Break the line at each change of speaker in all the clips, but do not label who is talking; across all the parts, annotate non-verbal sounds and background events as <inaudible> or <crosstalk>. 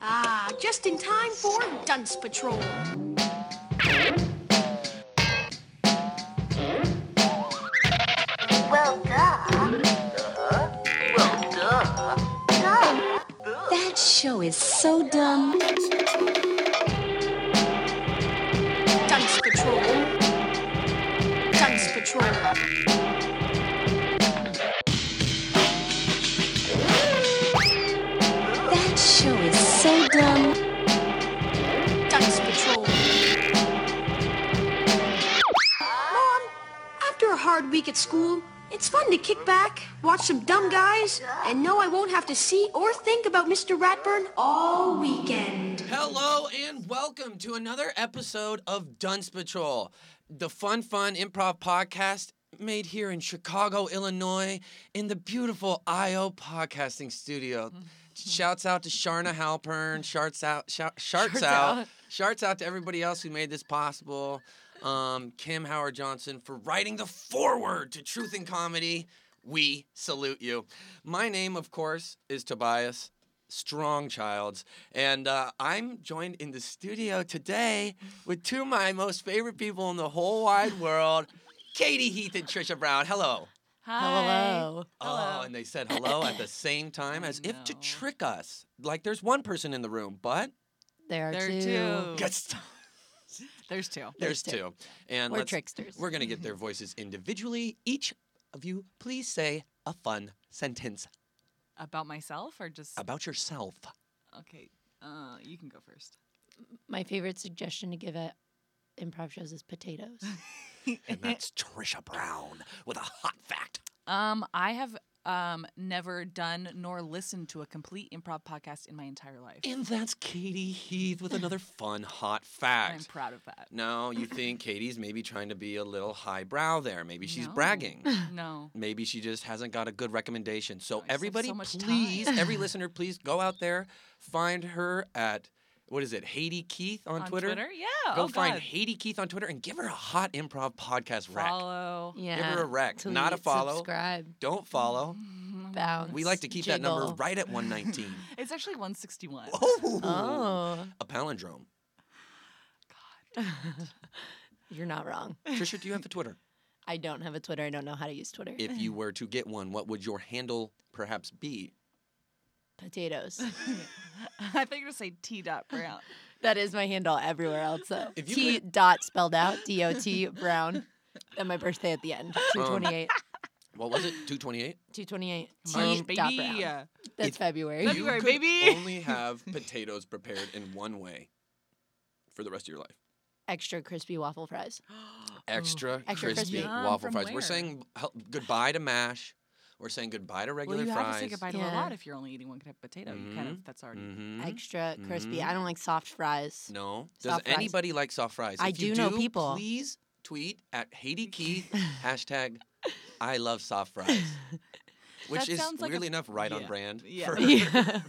Ah, just in time for Dunce Patrol.
Well, duh. Duh.
That show is so dumb.
Dunce Patrol. Dunce Patrol.
That show is so dumb.
Dunce Patrol. Mom, after a hard week at school, it's fun to kick back, watch some dumb guys, and know I won't have to see or think about Mr. Ratburn all weekend.
Hello and welcome to another episode of Dunce Patrol, the fun, fun improv podcast made here in Chicago, Illinois, in the beautiful IO podcasting studio. Shouts out to Sharna Halpern, shouts out, <laughs> shout, sharts out, shouts out to everybody else who made this possible. Um, Kim Howard Johnson for writing the foreword to Truth and Comedy. We salute you. My name, of course, is Tobias strong childs and uh, i'm joined in the studio today with two of my most favorite people in the whole wide world katie heath and trisha brown hello
Hello.
oh and they said hello at the same time as if to trick us like there's one person in the room but
There are
There
two.
are two.
guess
There's two.
There's
there's two.
two.
and
We're
let's-
tricksters. <laughs>
we're gonna get their voices individually each of you please say a fun sentence
About myself or just
about yourself
okay. Uh, you can go first.
My favorite suggestion to give at improv shows is <laughs> potatoes.
and
<laughs>
that's trisha brown with a hot fact
Um, I have um never done nor listened to a complete improv podcast in my entire life.
And that's Katie Heath with another fun, hot
I'm
fact.
proud of that.
No, you think Katie's maybe trying to be a little highbrow there. Maybe she's
No.
bragging.
No.
Maybe she just hasn't got a good recommendation. So,
just have
everybody,
so much time.
please, every listener, please go out there, find her at, what is it, Haiti Keith on,
On Twitter? Yeah.
Go
oh,
find
God.
Haiti Keith on Twitter and give her a hot improv podcast rec.
Follow.
Yeah.
a rec, not a
Tweet,
follow.
Subscribe.
Don't follow.
Bounce.
We like to keep that number
jiggle.
right at 119.
It's actually 161.
oh,
Oh,
a palindrome.
You're not wrong.
Trisha, do you have a Twitter?
I don't have a Twitter. I don't know how to use Twitter.
if
Mm-hmm.
you were to get one, what would your handle perhaps be?
<laughs> potatoes.
<laughs> I think you're gonna say T dot brown.
that is my handle everywhere else. though.
If you
T dot spelled out D O T <laughs> brown. And my birthday at the end.
Um,
Two twenty eight.
What
<gasps>
was it? 228?
Two twenty
<laughs>
eight.
Come on,
T dot
baby.
brown.
<gasps> Yeah.
That's
If-
February.
That'd be
You
great,
could
baby. <laughs>
only have potatoes prepared in one way for the rest of your life.
Extra crispy waffle fries.
Extra,
Extra
crispy
crispy.
Yum,
waffle
from
fries. We're
where?
saying hel- goodbye to mash. We're saying goodbye to
Well,
regular
you
fries.
have to say goodbye to a
Yeah.
lot if you're only eating one kind of potato. You kind of that's already.
Mhm.
Extra crispy. I don't like soft fries.
No. Does
Soft fries.
anybody like soft fries?
I
If you
do know people.
Please tweet at
<laughs>
Haiti Keith hashtag I love soft fries. Which
That
is
sounds like a-
weirdly enough right on
yeah,
brand
<laughs> yeah.
<laughs> for,
<laughs> Yeah.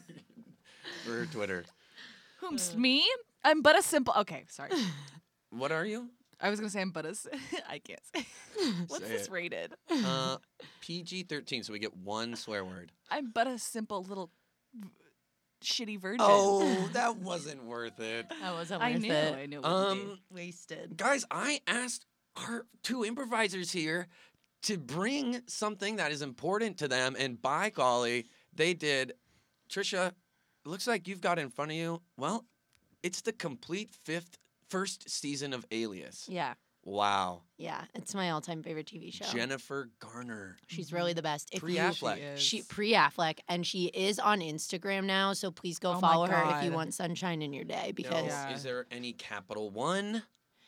for Twitter.
Whomst
Mm.
me? I'm but a simple. Okay, sorry.
What are you?
I was gonna say I'm but a. s- <laughs> I can't
<laughs>
say. What's
Say
this
it.
rated? <laughs>
Uh, PG thirteen, so we get one swear word.
I'm but a simple little v- shitty virgin.
Oh,
<laughs>
that wasn't worth it.
That wasn't worth
I knew.
it.
I knew. It
Um,
um,
Wasted.
guys, I asked our two improvisers here to bring something that is important to them, and by golly, they did. Trisha, looks like you've got in front of you. Well, it's the complete fifth first season of Alias.
Yeah.
Wow,
Yeah. It's my all time favorite TV show.
Jennifer Garner,
She's really the best. If
pre
you-
Affleck.
She pre Affleck, and she is on Instagram now. So please
Oh
go
my
follow her if you
God.
want sunshine in your day. Because
Yeah.
Is there any Capital One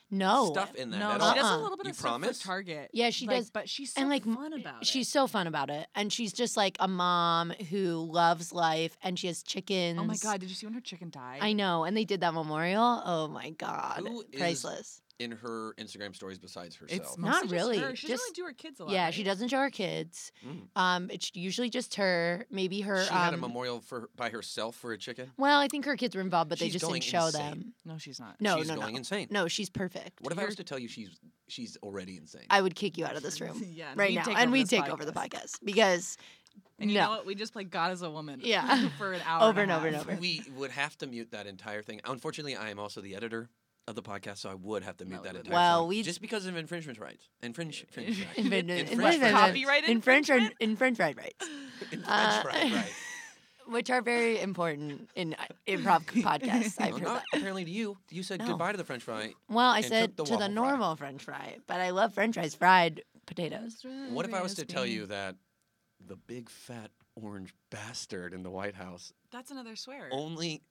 no,
stuff in that
Oh, no,
at
she
all? uh,
does a
Uh-uh.
little bit
You
of stuff for
promise?
Target.
Yeah, she
like,
does-
But she's so
and like m-
fun about it.
she's so fun about it, and she's just like a mom who loves life, and she has chickens.
Oh my god! Did you see when her chicken died?
I know, and they did that memorial. Oh my god,
Who is
priceless.
in her Instagram stories besides herself.
It's
Not
mostly just
really,
her. She doesn't
just-
really do her kids a lot.
Yeah, she
right?
doesn't show her kids.
Mm.
Um, it's usually just her. Maybe her.
she had a
um,
memorial for by herself for a chicken.
Well, I think her kids were involved, but they
She's
just
going
didn't show
insane.
them.
No, she's not.
No,
she's
no,
going
no,
insane.
no. She's perfect.
What if I was to tell you she's she's already insane?
I would kick you out of this room
Yeah,
right
we'd
now,
take
and
over
we
this
take over the podcast because
And you
No.
know what? We just play God is a Woman.
Yeah.
<laughs> for
<laughs>
an hour.
Over
and, a
and over and
half.
<laughs>
over.
we would have to mute that entire thing. Unfortunately, I am also the editor of the podcast, so I would have to mute
No,
that
it
entire
wouldn't.
Well,
thing.
we-
just because of infringement rights.
<laughs>
Infringe, infringe rights.
<laughs> In French,
Infringe
in
rights.
French,
Copyright
in French, or
infringement?
in French, right, right,
<laughs> Infringe
<laughs> Uh,
right, right.
which are very important in uh,
<laughs>
improv podcasts. I've
Well,
heard
not
that. <laughs>
<laughs> apparently to you. You said
No.
goodbye to the French fry.
Well, I
and took
said
the
to the
waffle fry.
normal French fry, but I love French fries fried potatoes.
What if I was to tell you that the big fat orange bastard in the White House
That's another swear.
only,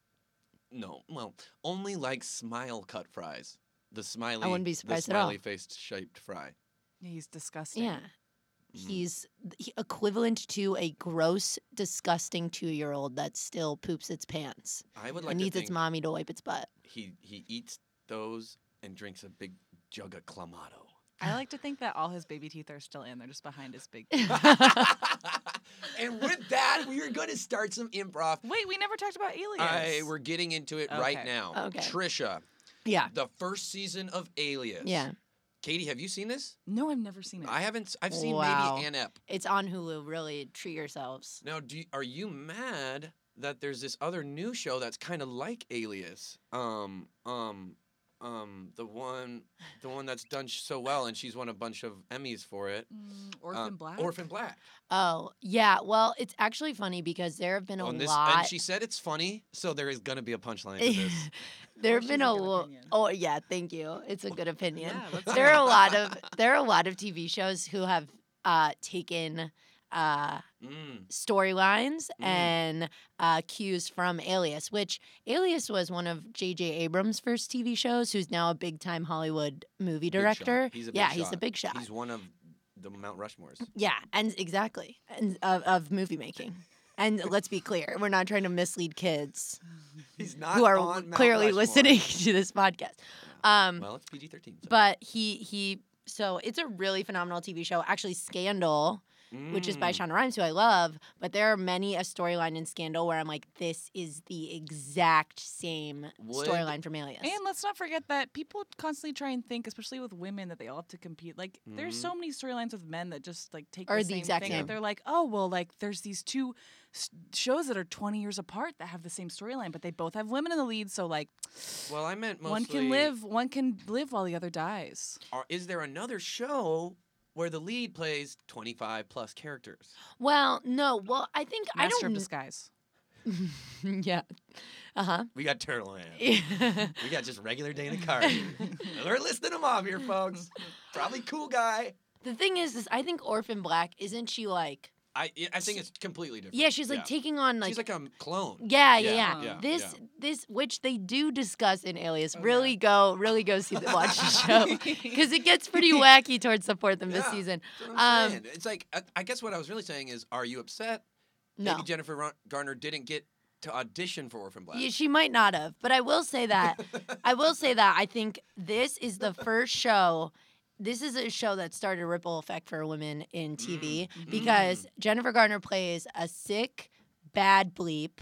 no, well, only like smile cut fries. The smiley,
wouldn't be surprised
the
at all.
smiley faced shaped fry.
He's disgusting.
Yeah.
Mhm.
He's th- he- equivalent to a gross, disgusting two-year-old that still poops its pants
I would like
and
to
needs its
think
mommy to wipe its butt.
he he eats those and drinks a big jug of
<laughs>
clamato. <laughs>
I like to think that all his baby teeth are still in. They're just behind his big.
<laughs>
and with that, we are going to start some improv.
Wait, we never talked about aliens.
I, we're getting into it right
Okay.
now.
Okay.
Trisha,
Yeah,
the first season of Alias.
yeah.
Katie, have you seen this?
No, I've never seen it.
I haven't. s- I've seen
Wow.
maybe an ep.
It's on Hulu. Really treat yourselves.
Now, do you, are you mad that there's this other new show that's kind of like Alias? Um, um, um, the one, the one that's done sh- so well, and she's won a bunch of Emmys for it.
Mm,
Uh,
Orphan Black.
Orphan Black.
Oh yeah, well, it's actually funny because there have been a
On this,
lot. <laughs>
and she said it's funny, so there is gonna be a punchline to this.
there
Which
have
is
been
a
a
good
lo-
opinion.
oh yeah, thank you. It's a good opinion.
Yeah, let's
there are a
<laughs>
lot of there are a lot of TV shows who have uh, taken uh,
Mm.
storylines
Mm.
and uh, cues from Alias, which Alias was one of J.J. Abrams' first TV shows, who's now a big time Hollywood movie
Big shot.
director.
He's a big
yeah, he's a
shot.
big shot.
He's one of the Mount Rushmores.
<laughs> Yeah, and exactly, and of, of movie making. And let's be clear, we're not trying to mislead kids
He's not
who are
on
w-
Mount
clearly
Rushmore.
listening <laughs> to this podcast. Um,
Well, it's PG thirteen. So.
but he he. So it's a really phenomenal TV show. Actually, Scandal, which is by
Mm.
Shonda Rhimes, who I love. But there are many a storyline in Scandal where I'm like, this is the exact same
Would-
storyline from Alias.
And let's not forget that people constantly try and think, especially with women, that they all have to compete. Like
Mm-hmm.
there's so many storylines with men that just like take
Are
the,
the
same
exact
thing.
same.
And they're like, oh well, like there's these two s- shows that are 20 years apart that have the same storyline, but they both have women in the lead. So like,
Mm. well, I meant mostly.
one can live, one can live while the other dies.
Are, is there another show where the lead plays twenty five plus characters?
well, no, well, I think I
Master
don't.
of disguise.
<laughs>
kn- yeah. Uh huh.
<gasps> We got Turtle Land. we got just regular
<laughs>
Dana Carvey. We're listing them off here, folks. Probably cool guy.
the thing is, is I think Orphan Black isn't she like?
I I think it's completely different.
Yeah, she's like taking on like
she's like a clone.
Yeah, yeah,
Yeah, uh-huh.
yeah.
yeah,
This,
yeah.
this, which they do discuss in Alias.
Oh, yeah.
really go, really go see the watch
<laughs>
the show because it gets pretty wacky towards the fourth of this
Yeah.
season.
That's what I'm
Um,
saying. it's like I, I guess what I was really saying is, are you upset?
No,
Maybe Jennifer Ron- Garner didn't get to audition for Orphan Black.
Yeah, she might not have, but I will
<laughs>
say that. I will say that I think this is the first show. This is a show that started a ripple effect for women in TV
Mm-hmm.
because Jennifer Garner plays a sick, bad bleep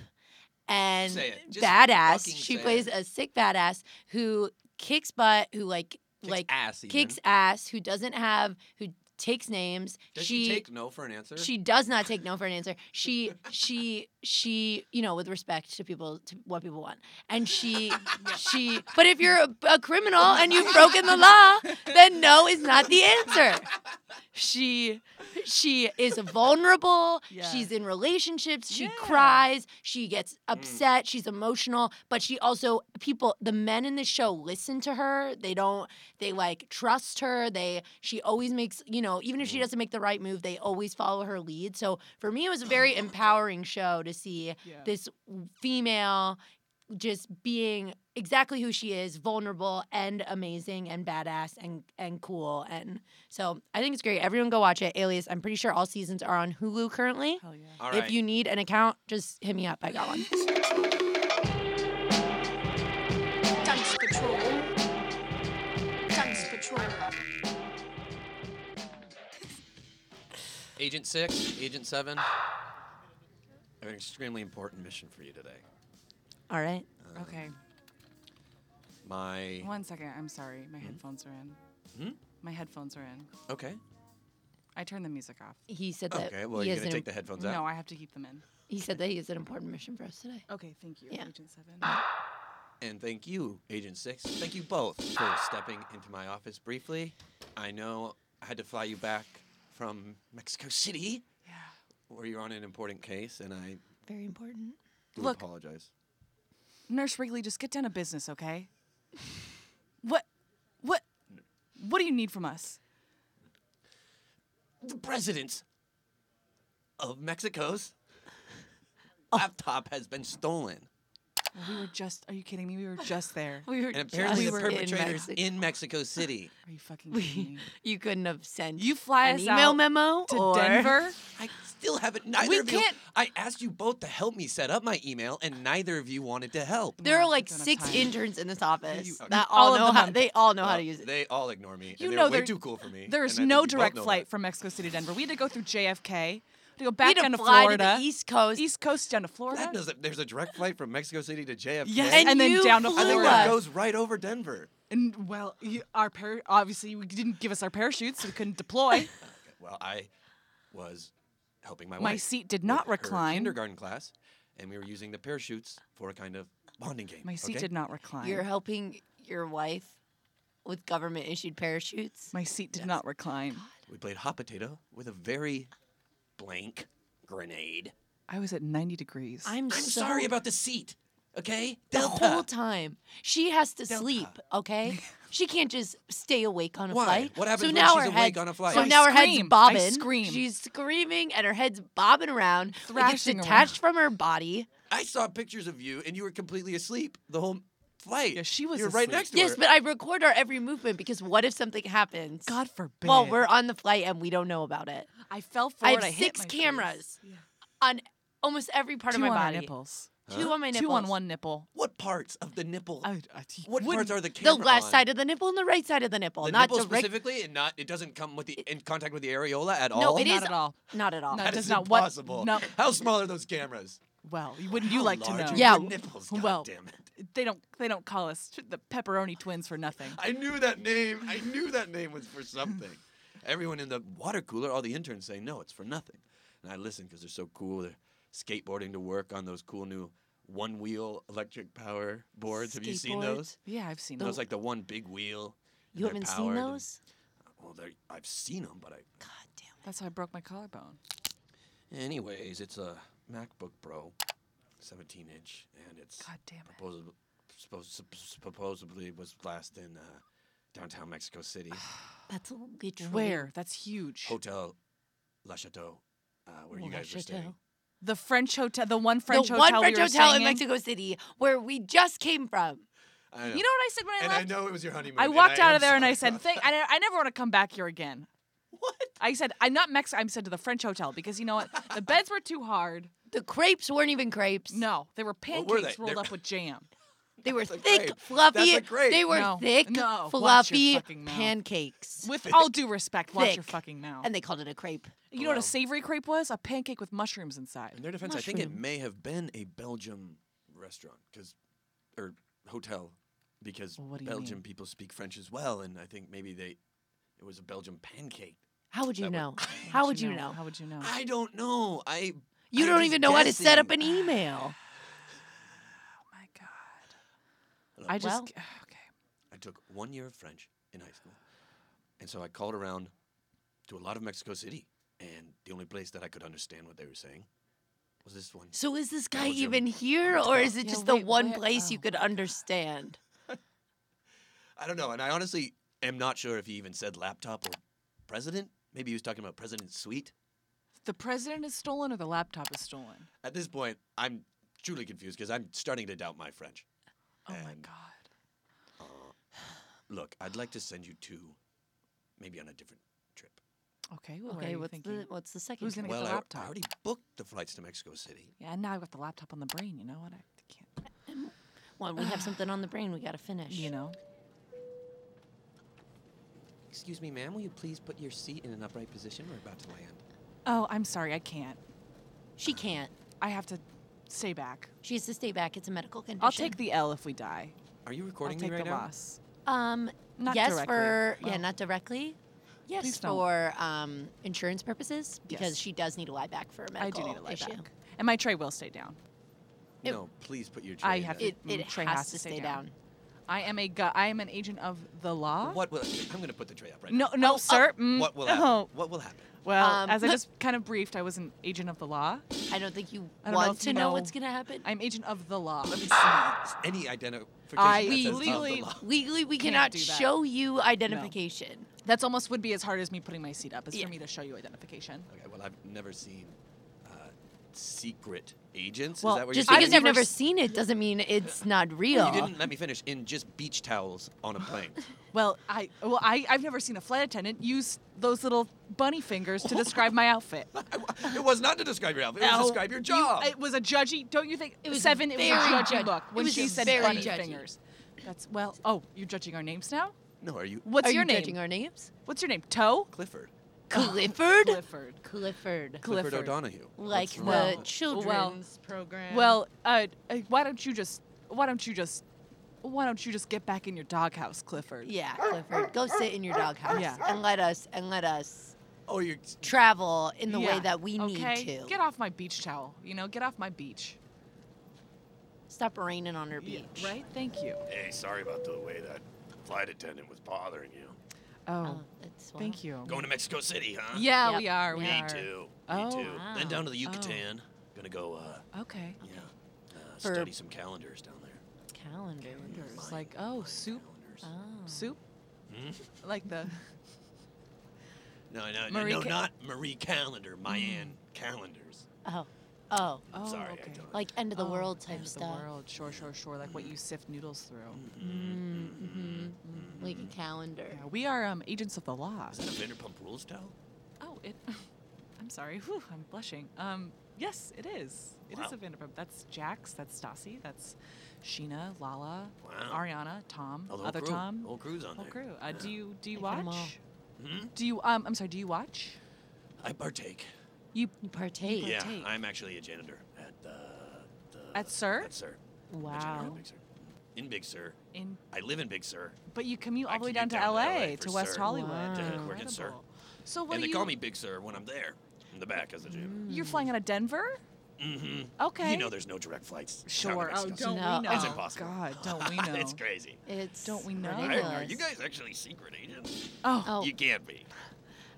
and
Say it. Just
badass.
fucking
She
say
plays
it.
a sick badass who kicks butt, who like
Kicks
like
ass. Even.
kicks ass, who doesn't have, who takes names.
Does she, take no for an answer?
She does not take no for an answer. She she she you know with respect to people to what people want, and she she. But if you're a, a criminal and you've broken the law, then no is not the answer. She she is vulnerable.
Yeah.
She's in relationships. She
Yeah. Mm.
cries. She gets upset. She's emotional. But she also people the men in the show listen to her. They don't they like trust her. They she always makes, you know, even
Mm.
if she doesn't make the right move, they always follow her lead. So for me it was
<clears throat>
a very empowering show to see
Yeah.
this female just being exactly who she is, vulnerable and amazing and badass and and cool and so I think it's great. Everyone go watch it. Alias, I'm pretty sure all seasons are on Hulu currently.
Hell yeah.
All
If
right.
you need an account, just hit me up. I got
<laughs>
one.
Dunce Patrol. Dunce Patrol.
Agent Six, Agent Seven. I have an extremely important mission for you today.
All right.
Okay,
My Hmm?
one second. I'm sorry. My headphones are in. My headphones are in.
okay.
I turned the music off.
He said that.
Okay, well,
he
you're
is
going
an
to
im-
take the headphones
No,
out?
I have to keep them in.
He said that he is an important mission for us today.
Okay, thank you,
Yeah.
Agent Seven. <sighs>
And thank you, Agent Six. Thank you both for stepping into my office briefly. I know I had to fly you back from Mexico City,
Yeah.
where you're on an important case, and I
Very important.
do
Look.
apologize.
Nurse Wrigley, just get down to business, okay? <laughs> What, what, what do you need from us?
The president of Mexico's
Oh.
laptop has been stolen.
Well, we were just. Are you kidding me? We were just there.
<laughs> We were
And apparently
just
the
in
perpetrator's
<laughs> Mexico.
in Mexico City.
Are you fucking
<laughs>
kidding me?
You couldn't have sent
You fly
an
us
email
out
memo
To
or-
Denver?
<laughs>
I still haven't. Neither
We
of you.
can't-
I asked you both to help me set up my email, and neither of you wanted to help.
There
No,
are
we
like
don't have
six
time.
interns in this office
okay.
that all,
All of
know
them
how
have-
they all know how
Well,
to use it.
Uh, They all ignore me. and
You
they're
know
way
there-
too cool for me.
There's
and I
no
think you both
direct
know that.
flight from Mexico City to Denver. We had to go through JFK. To go
We
back
had
down
to
to
fly
Florida,
to the East Coast.
East Coast down to Florida.
That doesn't. There's a direct flight from Mexico City to JFK.
Yes,
and,
and then
you
down to
flew
I think
Florida.
that
us.
goes right over Denver.
And well, you, our par- obviously you didn't give us our parachutes, so we couldn't deploy.
Well, I was helping my wife.
My seat did
with
not
her
recline.
Kindergarten class, and we were using the parachutes for a kind of bonding game.
My seat
okay?
did not recline.
You're helping your wife with government issued parachutes.
My seat did not recline.
We played hot potato with a very blank grenade.
I was at 90 degrees.
I'm,
I'm
so-
sorry about the seat. Okay,
the
Delta.
whole time. She has
<laughs>
to sleep, okay? She can't just stay awake on a
Why?
flight.
What
so
happens when
now
she's
her
awake
head's-
on a flight?
So
I
now her
scream.
head's
I
bobbing.
scream.
She's screaming and her head's bobbing around. like it's
Thrashing around.
detached from her body.
I saw pictures of you, and you were completely asleep the whole flight.
Yeah, she was
You're right
asleep.
next to her.
Yes, but I record our every movement because what if something happens?
God forbid.
Well, we're on the flight and we don't know about it.
I fell
I
forward.
have
hit
six
my face.
cameras on almost every part
Two
of my
on our
body.
nipples.
Two on my nipples.
Two on one nipple.
What parts of the nipple?
I, I, you
what
wouldn't-
parts are the
The
camera
left
on?
side of the nipple and the right side of the nipple.
the
not
nipple
direct.
specifically, and not it doesn't come with the in contact with the areola at
No,
all.
it
Not
is
at all.
Not at all.
No,
That
does
is
not- what-
impossible.
no.
How small are those cameras?
Well, you- wouldn't you
How
like to
large
know?
are
Yeah,
your
w-
nipples.
well-
God damn it.
They don't. They don't call us the pepperoni twins for nothing.
I knew that name. I knew that name was for something. Everyone in the water cooler, all the interns say, no, it's for nothing. And I listen because they're so cool. They're skateboarding to work on those cool new one wheel electric power boards. Have you seen
Skateboards?
those?
Yeah, I've seen
Those
those.
like the one big wheel. and
You
they're
haven't seen
powered and-
those?
well, they're, I've seen them, but I.
God damn.
That's how I broke my collarbone.
Anyways, it's a MacBook Pro, 17 inch, and it's.
God damn it.
proposably, supposedly was last in uh, downtown Mexico City.
That's literally
Where? That's huge.
Hotel La Chateau, uh, where
Oh,
you
La
guys were staying.
Chateau.
The French hotel, the one French
the
hotel.
one French
we were
hotel
staying
in Mexico City where we just came from.
I
You know what I said when I
and
left?
I know it was your honeymoon.
I
and
walked
am
out of there and I
sorry
said,
about
"Thank. I, ne- I never want to come back here again."
that. "What?
I said, "I'm not Mexican." I said to the French hotel because you know what? The beds were too hard.
The crepes weren't even crepes.
No, they were
What
pancakes
were they?
rolled
They're-
up
<laughs>
with jam.
They were
That's a
thick,
crepe.
fluffy.
That's a crepe.
They were
No.
thick,
No. Watch your
fluffy
fucking mouth.
pancakes.
With all due respect, watch your
Thick.
fucking mouth.
And they called it a crepe.
you know what a
Wow.
savory crepe was? A pancake with mushrooms inside.
In their defense, I think it may have been a Belgium restaurant, because or hotel, because
Well, what do you
Belgium
mean?
people speak French as well, and I think maybe they it was a Belgium pancake.
How would you
That would-
<laughs>
know? How would you know?
How would you know?
I don't know. I
You
I'm
don't
just
even know how to set up
guessing.
an email.
my God. I just
Oh Well-
<sighs> okay.
I took one year of French in high school. And so I called around to a lot of Mexico City. And the only place that I could understand what they were saying was this one.
So is this guy
Belgium.
even here, or is it
Yeah,
just
wait,
the one
where-
place you
oh.
could understand?
I don't know. And I honestly am not sure if he even said laptop or president. Maybe he was talking about President Suite.
The president is stolen or the laptop is stolen.
At this point, I'm truly confused because I'm starting to doubt my French.
Oh my
And-
God.
Look, I'd like to send you two, maybe on a different trip.
Okay. Well,
Okay,
okay. What
what's
thinking?
the what's the second?
Who's gonna
choice?
get
Well,
the
I,
laptop?
I already booked the flights to Mexico City.
Yeah, and now I've got the laptop on the brain. You know what? I can't. <gasps>
Well, we have something on the brain. We gotta finish.
You know.
Excuse me, ma'am, will you please put your seat in an upright position? We're about to land.
Oh, I'm sorry. I can't.
she can't.
I have to stay back.
She has to stay back. It's a medical condition.
I'll take the L if we die.
Are you
I'll
recording
take
me right
the
now?
loss.
Um,
Not
yes
directly.
for yeah,
Well-
not directly. Yes,
Please don't.
for um, insurance purposes, because
Yes.
she does need to lie back for a
I
medical
do need a lie
issue.
back. And my tray will stay down.
It-
no, please put your. tray
I have
in
It,
Mm,
it
tray
has, to stay, down.
I am a gu- I am an agent of the law.
there. What will? I'm gonna put the tray up right
No, no, sir.
now.
Mm,
What will happen?
Oh,
What will happen?
well,
Um,
as I just kind of briefed, I was an agent of the law.
I don't think you
I don't know
want
if
to
you
know
know-
what's going to happen.
I'm agent of the law.
Let me see any identification
I
that says above
legally-
the law.
Legally, we
Can't
cannot
do that.
show you identification.
That's almost would be as hard as me putting my seat up. Is
Yeah.
for me to show you identification.
Okay, well, I've never seen uh, secret agents.
Well,
Is that what
Just
you're
I've
because
saying?
you've
never
never
s-
seen it doesn't mean it's
Oh,
not real.
You didn't let me finish. In just beach towels on a plane.
<laughs> Well, I well I I've never seen a flight attendant use those little bunny
<laughs>
fingers to describe my outfit.
it was not to describe your outfit. It was to
Oh,
describe your
you-
job.
it was a judgy. Don't you think? It
was
seven. It was a
very
judgy,
judgy.
look
It
when
was
she
a
said
very
bunny
judgy.
fingers. That's well. Oh, you're judging our names now.
no, are you
What's
Are
your
you
name?
judging our names?
What's your name? Toe.
Clifford?
<laughs> Clifford?
Clifford.
Clifford,
Clifford.
Clifford.
O'Donohue.
Like
What's
the
wrong?
Well,
children's program.
Well, uh, uh, why don't you just why don't you just why don't you just get back in your doghouse, Clifford?
yeah, Clifford, go sit in your doghouse
Yeah.
and let us and let us
Oh, you're.
travel in the
Yeah,
way that we
okay?
need to.
Get off my beach towel. You know, get off my beach.
Stop raining on her beach.
Yeah, right? Thank you.
Hey, sorry about the way that flight attendant was bothering you.
Oh,
Oh, that's well.
thank you.
Going to Mexico City, huh?
Yeah,
Yep.
we are. We
Me
are.
too.
Oh,
Me too. Then
wow.
down to the Yucatan. Gonna go, uh,
Okay.
yeah, uh,
For-
study some calendars down there.
Calendar.
It's like, oh, soup,
Calendars.
Oh.
soup.
Hmm?
Like
<laughs>
the
No, no,
Marie
no,
Ca- Hmm.
not Marie Calendar. My Ann Calendars.
Oh. Oh.
oh,
sorry, I
okay.
don't-
Like end of the
Oh,
world
end
type
of
stuff.
The world, sure, sure, sure. Like
Mm.
what you sift noodles through.
Mm-hmm. Like a calendar.
Yeah, we are um, agents of the law.
Is that a Vanderpump Rules towel?
Oh, it. <laughs> I'm sorry. Whew, I'm blushing. Um, yes, it is. It is
Wow.
a Vanderpump. That's Jax. That's Stassi. That's Sheena, Lala,
Wow.
Ariana, Tom,
Oh, the whole
other
crew.
Tom,
Whole crew's on
whole
there.
crew. Uh, do you do you
Look at 'em all.
watch?
Hmm?
Do you um? I'm sorry. Do you watch?
I partake.
You
You partake.
Yeah,
partake.
I'm actually a janitor at the, the
At Sur?
At Sir.
Wow.
Big Sur. In Big Sur.
in,
I live in Big Sur.
but you commute
I
all the way down
commute
to
down to
LA,
LA
to
for
West
Sur.
Hollywood.
Wow.
to
Incredible.
work at Sur.
So what
and they
do you?
call me Big Sur when I'm there. In the back as a janitor.
You're flying out of Denver?
Mm-hmm.
Okay.
You know there's no direct flights. down to
Sure. Oh,
Mexico
don't
City.
No.
we know?
It's impossible. <laughs>
God, don't we know?
it's crazy.
It's
Don't we know? I-
Right?
Ridiculous.
Are you guys actually secret agents?
Oh,
Oh.
You can't be.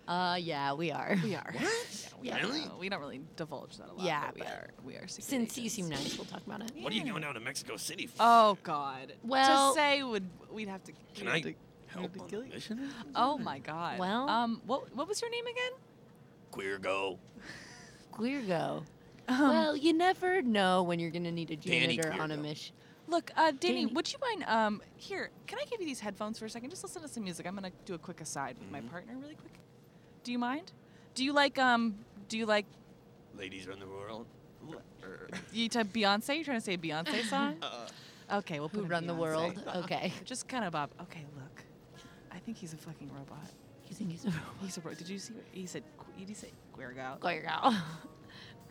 uh, yeah, we are.
we are. <laughs>
What?
We don't
Really?
know. We don't really divulge that a lot.
Yeah,
but we
but
are. We are. secret
<laughs> Since you seem
agents.
nice, we'll talk about it.
What are you going down to Mexico City for?
Oh God.
Well-
to say would we'd have to.
Can
we'd have
I
to-
help on the mission?
<laughs> oh my God.
Well-
Um. What What was your name again?
Queer go.
Queergo. Um,
Um,
well, you never know when you're gonna need a
Danny
janitor on a
Queergo.
mission.
Look, uh, Danny,
Danny.
Would you mind? Um. Here, can I give you these headphones for a second? Just listen to some music. I'm gonna do a quick aside with my
Mm-hmm.
partner, really quick. Do you mind? Do you like um? Do you like?
Ladies run the world.
You type Beyonce. You trying to say a Beyonce
<laughs>
song?
Uh,
okay, we'll put
Who
in
run the
Beyonce.
world? <laughs> Okay.
Just kind of Bob. Okay, look. I think he's a fucking robot.
You think he's a
He's a <laughs> robot. Did you see? What, he said. qu- Did he say Quergo?
<laughs> Queergo?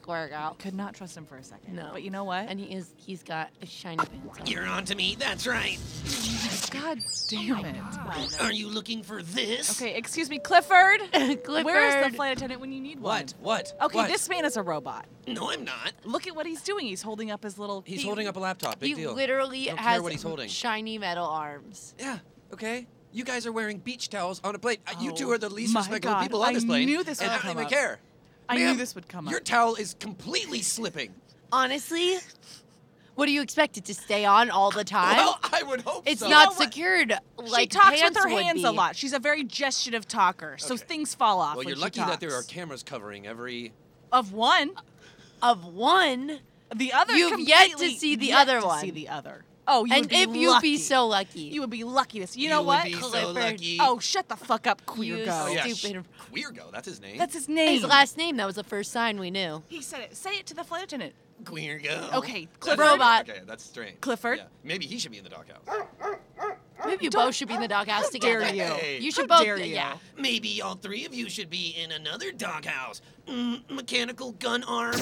Queergo.
Could not trust him for a second.
No.
But you know what?
And he is. He's got a shiny pants. on.
You're on to me. That's right.
<laughs> Oh
God damn it.
Are you looking for this?
Okay, excuse me, Clifford.
<laughs> Clifford.
Where is the flight attendant when you need
What?
one?
What?
Okay,
What?
this man is a robot.
No, I'm not.
Look at what he's doing. He's holding up his little.
He's holding up a laptop. Big
he
deal.
literally
Don't care
has
what he's holding.
shiny metal arms.
yeah. Okay. You guys are wearing beach towels on a plane. Uh, you two
Oh,
are the least
my
respectable
God.
people on
I
this plane.
knew this
and
would
I don't
come
even
up.
care.
I knew
Ma'am,
this would come
Your
up.
towel is completely slipping.
Honestly, what do you expect it to stay on all the time?
well, I would hope
<laughs> it's
Oh, so.
not
know what?
secured. Like
she talks with
pants
her
would
hands a
be.
lot. She's a very gestive talker, so
Okay.
things fall off.
Well,
when
you're
she
lucky that there are
talks.
cameras covering every.
of one.
Of one,
The other.
You've yet to
completely-
see the
yet
other
to See
one.
the other. Oh, you
and
would be
if you'd
lucky.
be so lucky,
you would be lucky to see.
You
You, know
would
what?
be so
Clifford.
lucky.
Oh, shut the fuck up,
You
queer girl.
Oh, yeah. sh-
stupid.
Queergo. That's his name.
That's his name.
His last name. That was the first sign we knew.
He said it. Say it to the flight attendant.
Queergo.
Okay,
That's-
Clifford.
Robot.
Okay, that's strange.
Clifford?
Yeah. Maybe he should be in the doghouse.
Maybe you
Don't-
both should be in the doghouse
dare
together.
you.
You should
How
both.
dare you.
Yeah.
Maybe all three of you should be in another doghouse. Mm, mechanical gun arm.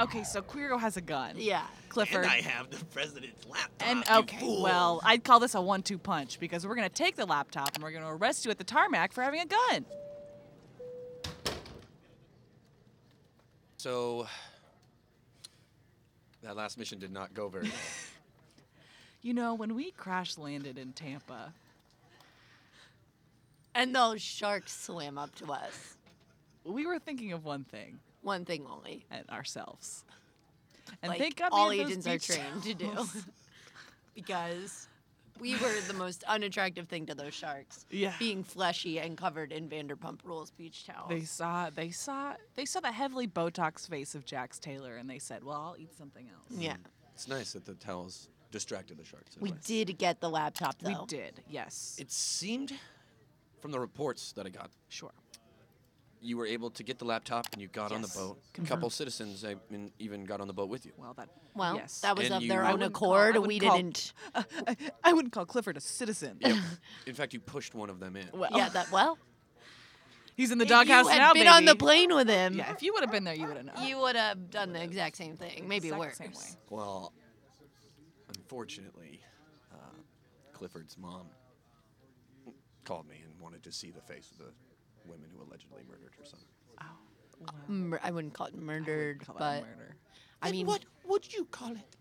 Okay, so Quiro has a gun.
Yeah.
Clifford.
And I have the president's laptop.
And
you
okay,
fool.
well, I'd call this a one-two punch because we're gonna take the laptop and we're gonna arrest you at the tarmac for having a gun.
So that last mission did not go very well.
You know, when we crash landed in Tampa,
And those sharks swam up to us.
we were thinking of one thing
One thing only.
and ourselves. And
like
thank God we
all
had those
agents are
beach
trained to do. <laughs>
towels.
because we were the most unattractive thing to those sharks.
Yeah.
Being fleshy and covered in Vanderpump Rules beach
<laughs>
towels.
They saw, they saw, they saw the heavily Botox face of Jax Taylor, and they said, "Well, I'll eat something else."
yeah.
It's nice that the towels distracted the sharks. that
We
way.
did get the laptop though.
We did, yes,
It seemed from the reports that I got,
sure.
you were able to get the laptop and you got on the
Yes. Mm-hmm.
boat. A couple citizens I mean, even got on the boat with you.
Well, that
Well,
yes.
that was
And
of
you-
their
I
own
wouldn't call- I
accord.
wouldn't
we
call- <laughs>
didn't.
I, I wouldn't call Clifford a citizen.
Yep. in fact, you pushed one of them in.
Well,
Yeah, that <laughs> well.
<laughs> he's in the
if you
doghouse
had
now,
been on the
baby.
plane with him,
Yeah, if you would have been there, you would have known.
you would have done the exact same thing. Maybe
Exact
worse.
same way.
Well, unfortunately, uh, Clifford's mom called me and wanted to see the face of the women who allegedly murdered her son.
Mur- I wouldn't call it murdered,
Call
but
that murder.
I mean,
would you call it?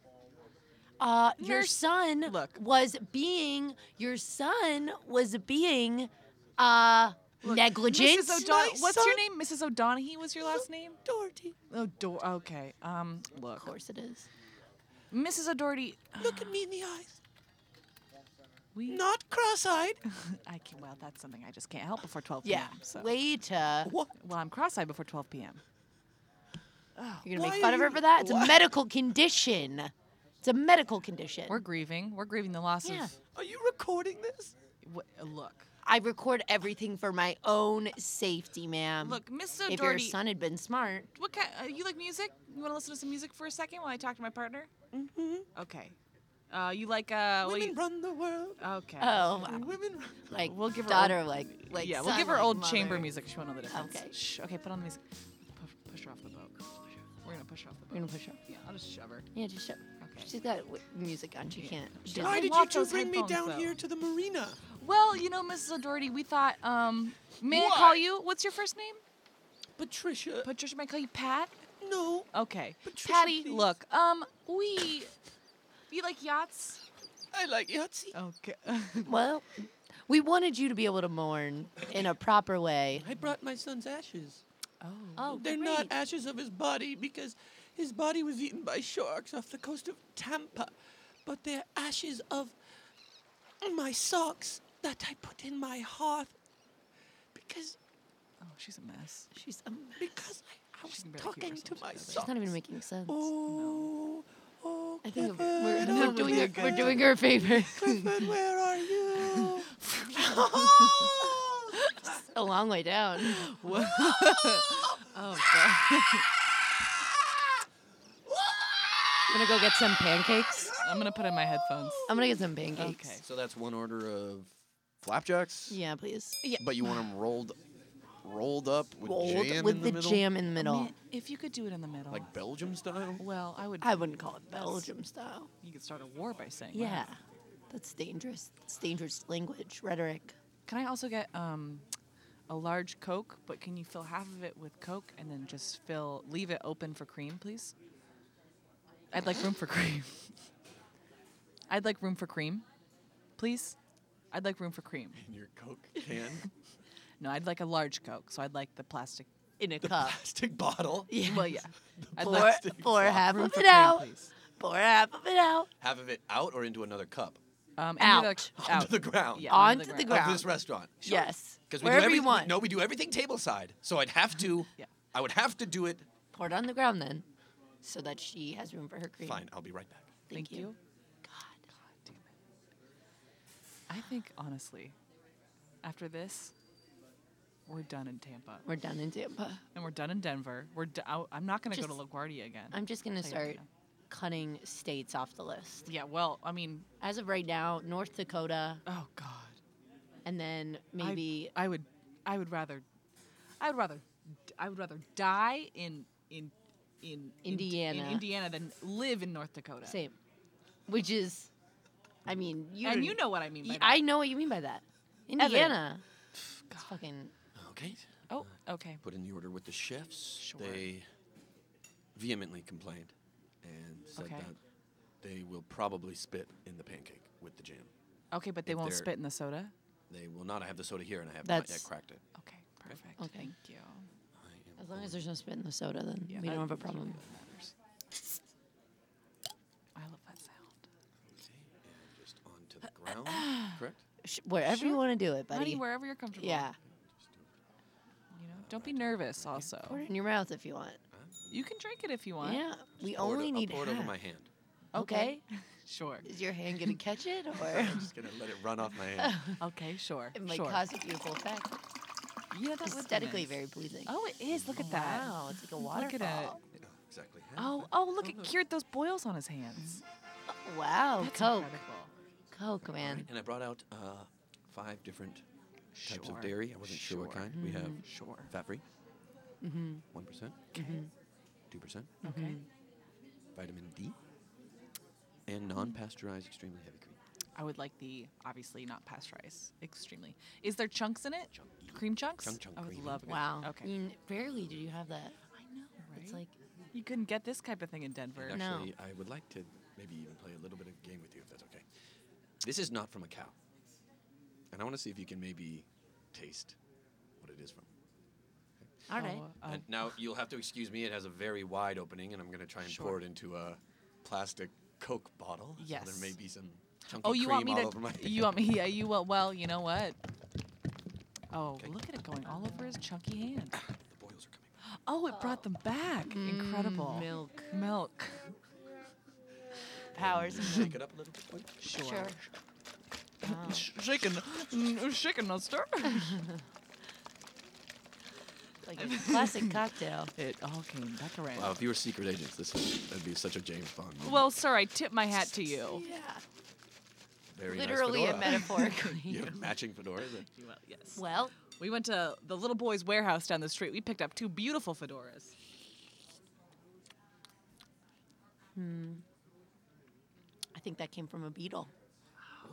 Uh, your
Nurse-
son
look.
was being your son was being uh negligent.
Mrs. O'Don- what's your name? Mrs. O'Donoghue was your last name?
Doherty.
Oh, Dor- okay. Um,
Of
look,
course it is.
Mrs. O'Doherty.
Look at me in the eyes.
We
Not cross-eyed.
<sighs> I can. Well, that's something I just can't help before 12
Yeah.
p.m. So.
Later.
Well, I'm cross-eyed before 12 p.m.
You're gonna
Why
make fun
are
of her
you-
for that? It's a
why-
medical condition. It's a medical condition.
We're grieving. We're grieving the loss
Yeah.
of.
Are you recording this?
Wh- look.
I record everything for my own safety, ma'am.
Look, Mrs.
if your
O'Doherty.
son had been smart,
What kind? Uh, you like music? You want to listen to some music for a second while I talk to my partner? Mm-hmm. Okay. Uh, you like uh? what do
Women
you,
run the world.
okay.
oh,
Uh,
wow.
Women run.
Oh, like
We'll give her old-
daughter, like like
yeah, we'll
son,
give her
like
old chamber
mother.
music. She won't know the difference.
Okay.
Shh. Okay, put on the music. Push, push her off the boat. We're gonna push her off the boat.
We're gonna push her.
Yeah, I'll just shove her.
Yeah, just show.
Okay.
She's got w- music on. She can't. do
I
Why did you
want
two
those
bring me
headphones,
down
though.
here to the marina?
Well, you know, Mrs. O'Doherty, we thought, um, may I call you? What's your first name?
Patricia.
Patricia. May I call you Pat?
no.
Okay.
Patricia,
Patty,
please.
look, um, we. You like yachts?
I like Yahtzee.
Okay. <laughs>
Well, we wanted you to be able to mourn in a proper way.
I brought my son's ashes.
Oh,
They're not ashes of his body because his body was eaten by sharks off the coast of Tampa, but they're ashes of my socks that I put in my hearth because
oh, she's a mess.
She's, um,
because I, I was
can barely keep
talking to
herself
my
together. She's
socks.
she's not even making sense.
oh, oh,
I think
Clifford, oh,
we're, <laughs> we're, doing her, we're doing her a <laughs> favor.
Clifford, where
<laughs>
are you? <laughs>
a long way down. <laughs>
Oh, God.
I'm gonna go get some pancakes.
I'm gonna put in my headphones.
I'm gonna get some pancakes.
Okay.
So that's one order of flapjacks.
Yeah, please.
But you want them rolled, rolled up with
Rolled
jam
with
in
the,
the, middle,
jam in the middle.
Man, if you could do it in the middle.
like Belgium style.
well, I would.
I wouldn't call it Belgium style.
You could start a war by saying. that.
Yeah, that's dangerous. It's dangerous language, rhetoric.
Can I also get um, a large Coke? But can you fill half of it with Coke and then just fill, leave it open for cream, please? I'd like room for cream. <laughs> I'd like room for cream, please. I'd like room for cream.
In your
<laughs>
Coke can,
No, I'd like a large Coke, so I'd like the plastic.
In a cup.
plastic bottle.
Yeah.
Well, yeah. I'd
Pour,
like
pour <laughs> half
room
of
for
it
cream,
out.
please.
Pour half of it out.
Half of it out or into another cup
Um, and do
Out.
The,
onto the ground
Yeah,
Onto
onto
the
the
ground.
of this restaurant.
Yes.
Because we do
Wherever
everything.
you want.
No, we do everything tableside. So I'd have to.
Yeah.
I would have to do it.
Pour it on the ground then, so that she has room for her cream.
Fine, I'll be right back.
Thank you. I think honestly, after this, we're done in Tampa.
We're done in Tampa.
and we're done in Denver. We're d- I, am not going to go to
Just-
LaGuardia again.
I'm just gonna
Tell you right
start
now.
cutting states off the list.
yeah, well, I mean,
As of right now, North Dakota,
oh god.
and then
I-
maybe
I, would I would rather I would rather d- I would rather die in in in in,
Indiana.
Indiana than live in North Dakota.
Same. Which is, I mean, you
and
don't-
you know what I mean by
Y-
that.
I know what you mean by that.
<sighs>
Indiana. It's fucking.
Okay.
oh, okay.
Put in the order with the chefs.
Sure.
They vehemently complained and said
Okay.
that they will probably spit in the pancake with the jam.
Okay, but they
If
won't
they're-
spit in the soda?
They will not. I have the soda here, and I have not yet
That's-
cracked it.
Okay, perfect.
Okay.
Thank you.
As long as there's no spit in the soda, then we don't have a problem.
I love that sound.
Just onto
Uh,
the ground. Correct.
Sh- whatever you want to do it, buddy.
Honey, wherever you're comfortable.
yeah.
You know, don't be nervous. Also,
Put it in your mouth if you want.
you can drink it if you want.
Yeah. We
Pour it
only
o-
need
I'll pour it over
half.
my hand.
Okay.
<laughs> Sure.
<laughs> Is your hand gonna catch
<laughs>
it, or
I'm just gonna let it run off my hand.
<laughs>
Okay, sure.
it might
sure.
cause a beautiful effect?
yeah, that would be
Aesthetically,
nice.
very pleasing.
Oh, it is. Look at that.
Wow, it's like a
Look at it.
waterfall.
exactly.
Oh, oh, look! It cured those boils on his hands.
Wow,
That's
Mm-hmm. Coke,
incredible.
Coke, man.
And I brought out uh, five different types
Sure.
of dairy. I wasn't sure, what
Sure. Mm-hmm.
kind. We have
Sure. Mm-hmm.
fat free, one percent, two percent, Mm-hmm.
Okay.
vitamin D,
Mm-hmm.
and non pasteurized extremely heavy cream.
I would like the obviously not pasteurized, extremely. Is there chunks in it? Cream chunks?
Chunk, chunk
I would
cream.
love it.
Wow.
Okay.
I mean, rarely do you have that.
I know, right?
It's like
you couldn't get this type of thing in Denver.
And
No.
Actually, I would like to maybe even play a little bit of a game with you if that's okay. This is not from a cow. And I want to see if you can maybe taste what it is from.
all right.
Oh, oh,
And now you'll have to excuse me, it has a very wide opening, and I'm going to try and pour it into a plastic Coke bottle. So
Yes.
there may be some chunky
Oh, you
cream
want me
all
to?
over
<laughs>
my
You want me? Yeah, you will. Well, you know what? Oh, look at it going all over his
<coughs>
chunky hand.
The <laughs> boils are coming.
Oh, it brought them back. Incredible.
milk.
Mm, Milk.
<laughs> Powers.
Shake it up a little bit.
Sure.
Sure.
Sh- shaking, mm, shaking, not stir. <laughs>
Like a classic cocktail.
<laughs> it all came back around.
Wow, if you were secret agents, this would that'd be such a James Bond. moment.
Well, sir, I tip my hat to you.
Yeah.
Very nice
Literally and
fedora.
<laughs>
metaphorically.
<laughs> You have matching fedoras. and- <laughs>
Well, yes.
Well,
We went to the little boy's warehouse down the street. We picked up two beautiful fedoras.
I think that came from a beetle.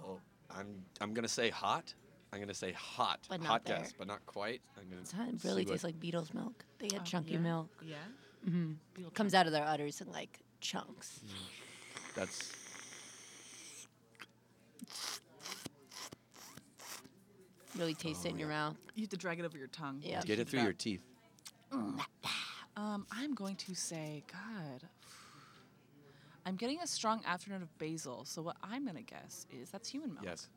Well, I'm I'm gonna say hot. I'm gonna say hot.
But not
hot
there.
guess, but not quite. I'm gonna.
It really
see what-
tastes like beetle's milk. They had chunky milk.
Yeah.
Comes out of their udders in like chunks.
That's. <laughs> Mm.
Really taste it
Oh,
in your mouth.
You have to drag it over your tongue.
Yeah.
Get it through your teeth.
Um, I'm going to say, God, I'm getting a strong afternoon of basil. So what I'm gonna guess is that's human milk.
Yes.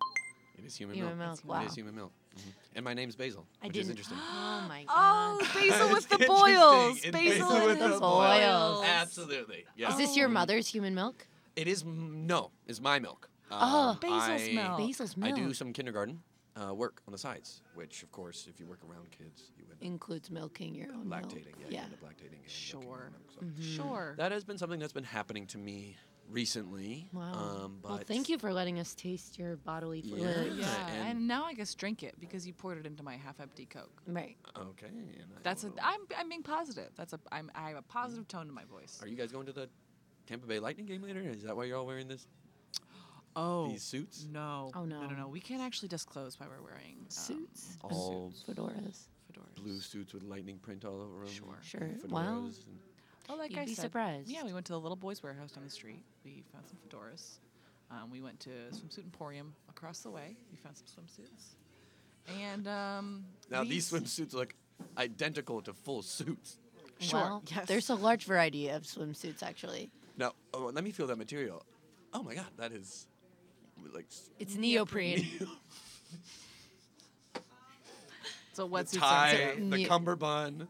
It is human,
Human
milk.
milk, wow.
It is human milk. Mhm. And my name's Basil,
I
which is
didn't.
interesting. <gasps>
<gasps>
<laughs>
Oh my
Oh,
god.
basil with the
Interesting.
boils.
It's
Basil
basil
with
with
the
the
boils.
boils.
Absolutely. Yes.
Is this your mother's human milk?
It is m- no. It's my milk.
Oh.
Um,
Basil's
I-
milk.
Basil's
I
milk
do some kindergarten uh, work on the sides, which of course, if you work around kids, you end
includes milking your own
up
milk.
lactating. Yeah. You
Yeah.
end up lactating. and milking your
Sure.
milk, so.
Sure.
That has been something that's been happening to me recently.
Wow.
Um, but
well, thank you for letting us taste your bodily
Yeah.
<laughs> fluids.
yeah.
and-
And, now I guess drink it because you poured it into my half-empty Coke.
Right.
Okay. And I
That's a.
will-
I'm. I'm being positive. That's a. I'm. I have a positive tone to my voice.
Are you guys going to the Tampa Bay Lightning game later? Is that why you're all wearing this?
Oh.
These suits?
No.
Oh,
No. No.
no.
No. We can't actually disclose why we're wearing um,
Suits.
All
Fedoras.
fedoras.
blue suits with lightning print all over them.
Sure.
Sure.
fedoras
Wow.
and-
Oh, like
You'd
I
be
said,
surprised.
Yeah, we went to the little boys' warehouse down the street. We found some fedoras. Um, we went to Swimsuit Emporium across the way. We found some swimsuits. And um,
Now these swimsuits look identical to full suits.
Sure. Well, There's a large variety of swimsuits, actually.
Now, oh, let me feel that material. Oh my God, that is like s-
It's neoprene.
<laughs>
So what's
the
your
tie,
sensitive?
the
Neo-
cummerbund,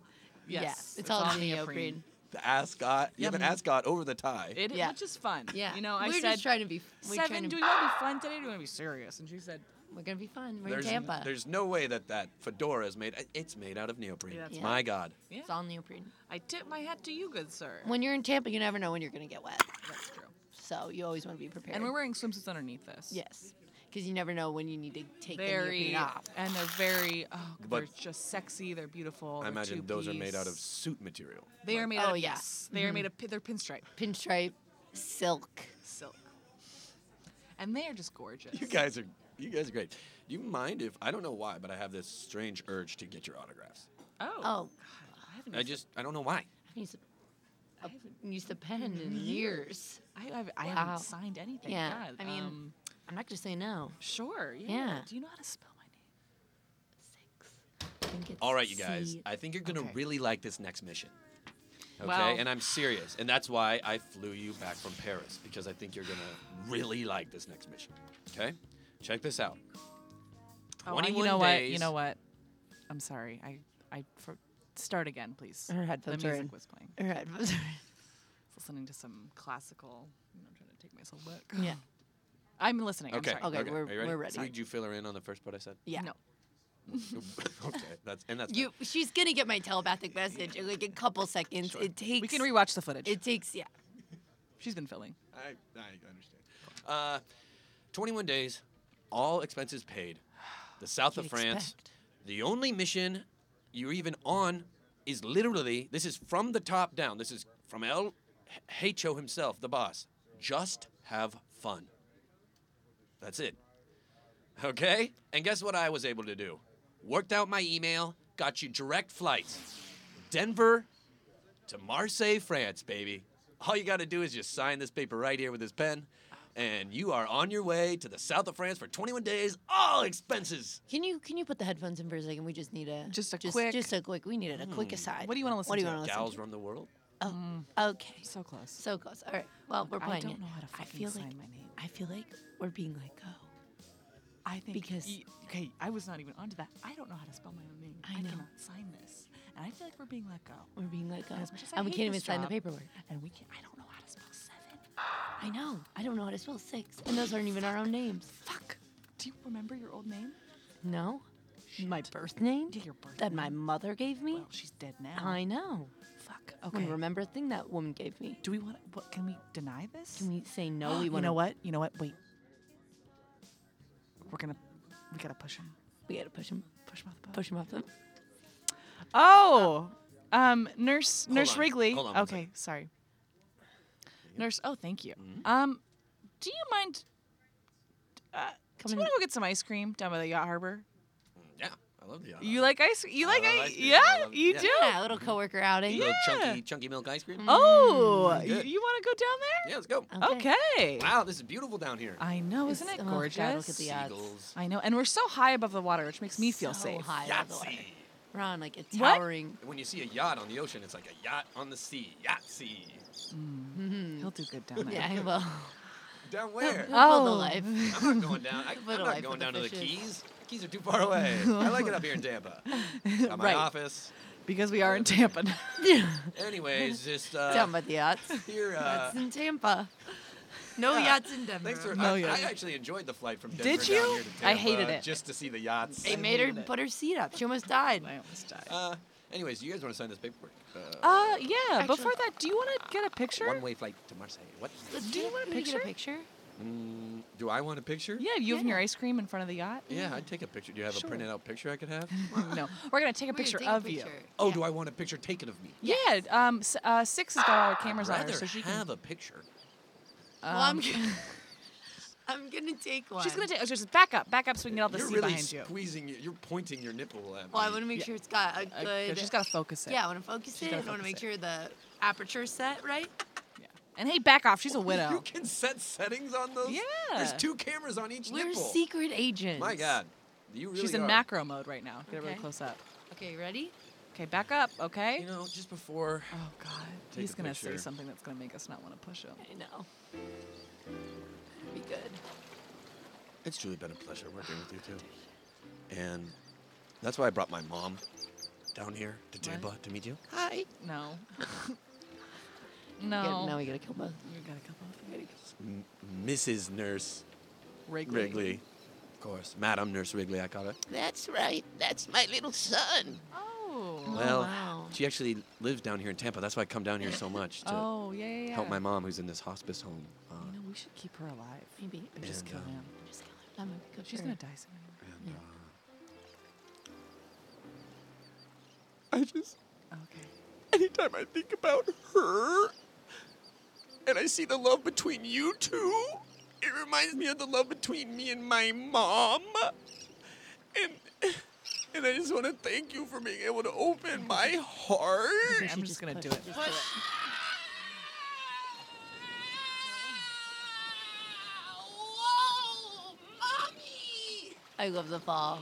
Yeah,
Yes,
it's, all, neoprene.
the ascot. You have an
Yep.
ascot over the tie.
It,
Yeah.
Which is fun.
Yeah.
You know, I
we're
said
just trying to be we're trying
seven.
to-
Do we want to be fun today? Or do we want to be serious? And she said,
we're gonna be fun. We're
there's,
in Tampa.
there's no way that that fedora is made. It's made out of neoprene.
Yeah, that's
Yeah.
My God.
"Yeah,
It's all neoprene.
I tip my hat to you, good sir."
When you're in Tampa, you never know when you're gonna get wet,
That's true.
so you always want to be prepared.
And we're wearing swimsuits underneath this.
yes, because you never know when you need to take the
very
neoprene off.
and they're very oh,
But-
they're just sexy. They're beautiful.
I
they're
imagine those are made out of
two-piece.
suit material.
They are made
Oh,
out of
yeah.
yes. They are made of pi- they're pinstripe
Pinstripe, silk.
silk, and they are just gorgeous.
You guys are you guys are great. Do you mind if I don't know why, but I have this strange urge to get your autographs.
oh,
Oh,
I haven't.
I just I don't know why.
I've used, a- I've used a pen in years.
I, I've, I
Wow.
haven't signed anything.
Yeah,
God,
I mean,
um,
I'm not gonna say no.
sure. Yeah.
yeah.
Do you know how to spell my name?
I think it's
All right, you guys.
C-
I think you're gonna
Okay.
really like this next mission. Okay,
Well-
and I'm serious, and that's why I flew you back from Paris because I think you're gonna really like this next mission. Okay, check this out.
Oh, I- you
21
know what? You
days.
know what? I'm sorry. I I for, start again, please.
Her
The
headphones are in.
music was playing. I
All right.
was listening to some classical. I'm trying to take myself back.
<laughs> yeah.
I'm listening.
Okay.
I'm sorry.
Okay,
Are
we're-
you ready?
we're ready.
So Did you fill her in on the first part I said?
<laughs>
Yeah.
No.
okay, that's and that's
You. She's gonna get my telepathic message in like a couple seconds. It takes.
We can rewatch the footage.
It takes. Yeah.
She's been filming.
I, I understand. Uh, 21 days, all expenses paid. The south of
You'd
France.
expect.
The only mission you're even on is literally this is from the top down. This is from El Hecho himself, the boss. Just have fun. That's it. Okay? And guess what I was able to do? Worked out my email, got you direct flights. Denver to Marseille, France, baby. All you got to do is just sign this paper right here with this pen, and you are on your way to the south of France for 21 days, all expenses.
Can you can you put the headphones in for a second? We just need a
Just a
just,
quick- Hmm.
just a quick. We needed a quick aside.
What do you wanna listen
What do you
to?
want to
Gals
listen
run the world.
to? Okay.
So close.
So close. All right. Well, we're
I
playing.
don't
it.
know how to
I
fucking
feel
sign
like,
my name.
I feel like we're being let go.
I think
Because-
y- okay, I was not even onto that. I don't know how to spell my own name.
I
I
know.
cannot sign this, and I feel like we're being let go.
We're being let go,
As much as I
and we
hate
can't even
this
sign the
job,
paperwork.
And we can I don't know how to spell seven.
I know. I don't know how to spell six, and those aren't even our own names.
Fuck. Do you remember your old name?
No. My birth name?
Yeah, your birth
That my mother gave me?
Well, she's dead now.
Oh, I know.
Fuck.
I
Okay.
wouldn't remember a thing that woman gave me.
Do we want? What can we deny this?
Can we say no?
<gasps>
We
you
want
know
to.
what? You know what? Wait. We're gonna. We gotta push him.
We gotta push him.
Push him off the boat.
Push him off the.
Oh, um, Nurse Nurse
on.
Wrigley.
Hold on one
okay, sorry. Nurse. Oh, thank you.
Mm-hmm.
Um, do you mind? Uh, do you
in.
want to go get some ice cream down by the yacht harbor?
Yeah, I love the. uh,
You like ice? You
I
like
love
ice?
ice cream.
Yeah,
I love-
you
yeah.
do.
Yeah, a little coworker outing.
Little
yeah.
chunky, chunky milk ice cream.
Oh,
Mm,
you,
good.
want to go down
Yeah, let's go.
there?
Okay.
Okay.
Wow, this is beautiful down here.
I know, isn't
It's-
it
oh, God, look at
gorgeous?
the odds.
Eagles.
I know, and we're so high above the water, which makes me feel
so
safe.
high above the water.
Yahtzee.
We're on like a
What?
towering.
When you see a yacht on the ocean, it's like a yacht on the sea. Yahtzee.
He'll do good down there.
<laughs> Yeah, well,
<laughs>
Down where?
oh. the
Oh.
life. <laughs>
I'm not going down.
<laughs>
I, I'm
Put a
not
life
going
with the
down to the
fishes.
Keys. The Keys are too far away. I like it up here in
<laughs>
Tampa. Got my
Right.
office.
Because we are in Tampa. now.
Anyways, just uh,
Down by
<laughs>
the yachts.
here. Uh,
Yachts in Tampa. No
Yeah.
yachts in Denver.
Thanks for.
No,
I,
yeah.
I actually enjoyed the flight from Denver
Did
down
you?
here to
I
Tampa
hated it.
Just to see the yachts.
They made her
hated it.
put her seat up. She almost died.
I almost died.
Uh, anyways, you guys want to sign this paperwork? Uh,
Uh, yeah. before that, do you want to get a picture?
One-way flight to Marseille. What?
Let's
Do you
get-
want a
can we get
picture?
picture?
Mm, do I want a picture?
yeah, you and your ice cream in front of the yacht.
Yeah, I'd take a picture. Do you have
Sure.
a printed out picture I could have?
<laughs> no, we're gonna take a
We're gonna
picture
take
of
a
you.
picture.
Oh, do I want a picture taken of me?
Yeah. Um. S- uh, Six has got our cameras on her,
rather
so she can.
have a picture.
Well, <laughs> I'm gonna, I'm Um, gonna take one.
She's gonna take. Oh, just back up, back up, so we can get all the
You're
sea
really
behind you.
squeezing. Your, you're pointing your nipple at me.
Well, I want to make sure it's got a
Uh,
good.
'cause she's gotta focus it.
yeah, I want to focus it.
gotta
I want to
focus
make
it.
sure the aperture's set right.
Yeah. And hey, back off. She's
<laughs>
a
You
widow.
can set settings on those.
Yeah.
There's two cameras on each
We're
nipple.
secret agents.
My God, you really
She's in
are.
macro mode right now. Get really
Okay.
close up.
Okay, ready?
Okay, back up. Okay.
You know, just before.
oh God.
Take
He's
a
gonna say
picture.
something that's gonna make us not want to
<laughs>
push him.
I know. It'll Be good.
It's truly been a pleasure working with you too. And that's why I brought my mom down here to Tampa to meet you.
Hi. No. no.
Good, Now we gotta kill both.
We got a couple of things.
M- Mrs. Nurse
Wrigley.
Wrigley. Of course, Madam Nurse Wrigley, I call her.
That's right. That's my little son.
Oh.
well,
wow.
she actually lives down here in Tampa. That's why I come down here so much to
Oh yeah yeah. yeah.
help my mom, who's in this hospice home. Uh,
You know we should keep her alive.
Maybe.
And just
And,
kill
um,
him.
Just kill her. That might be
She's gonna die soon.
I just,
Okay.
anytime I think about her and I see the love between you two, it reminds me of the love between me and my mom. And, and I just want to thank you for being able to open my heart.
I'm just gonna do it.
I love the fall.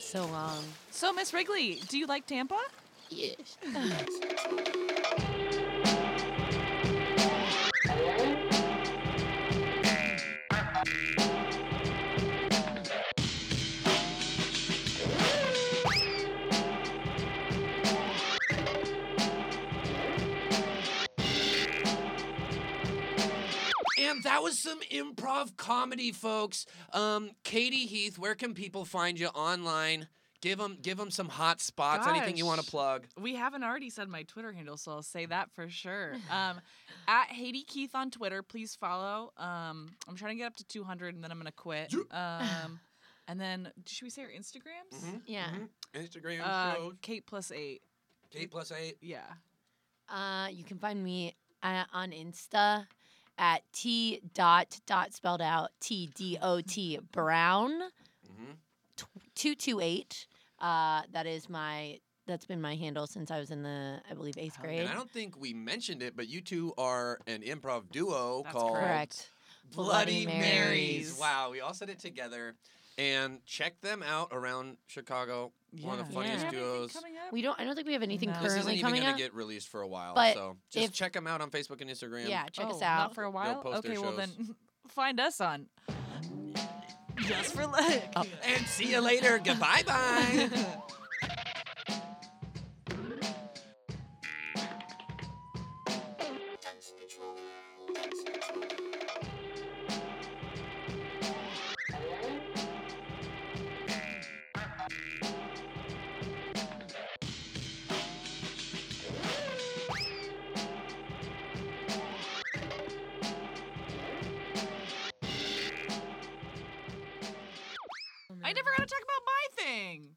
So long.
So, Miss Wrigley, do you like Tampa?
Yes.
And that was some improv comedy, folks. Um, Katie Heath, where can people find you online? Give them, give 'em some hot spots. Anything you want to
Gosh.
plug?
We haven't already said my Twitter handle, so I'll
Mm.
say that for
<laughs>
sure. Um, at Haiti Keith on Twitter, please follow. Um, I'm trying to get up to 200, and then I'm gonna quit.
<laughs>
Um, and then should we say our Instagrams?
Mm-hmm.
Yeah.
Instagram
Uh, Kate plus eight.
K plus eight.
Yeah.
Uh, you can find me uh, on Insta at t dot dot spelled out t d o t brown
Mm-hmm.
tw- two two eight. Uh, that is my that's been my handle since I was in the I believe eighth grade.
And Oh, I don't think we mentioned it, but you two are an improv duo
That's
called
Correct.
Bloody,
Bloody
Marys.
Marys.
Wow, we all said it together. And check them out around Chicago. One of the
Yeah.
funniest
Yeah.
duos.
Coming up?
We don't. I don't think we have anything
No. This
This isn't
currently
even
coming
gonna
up.
get released for a while.
But
so just
if-
check them out on Facebook and Instagram.
yeah, check
Oh,
us out.
Not for a while.
post their
okay, well
shows.
then, <laughs> find us on. Just for luck.
And see you
<laughs>
later. Goodbye bye.
I never got to talk about my thing.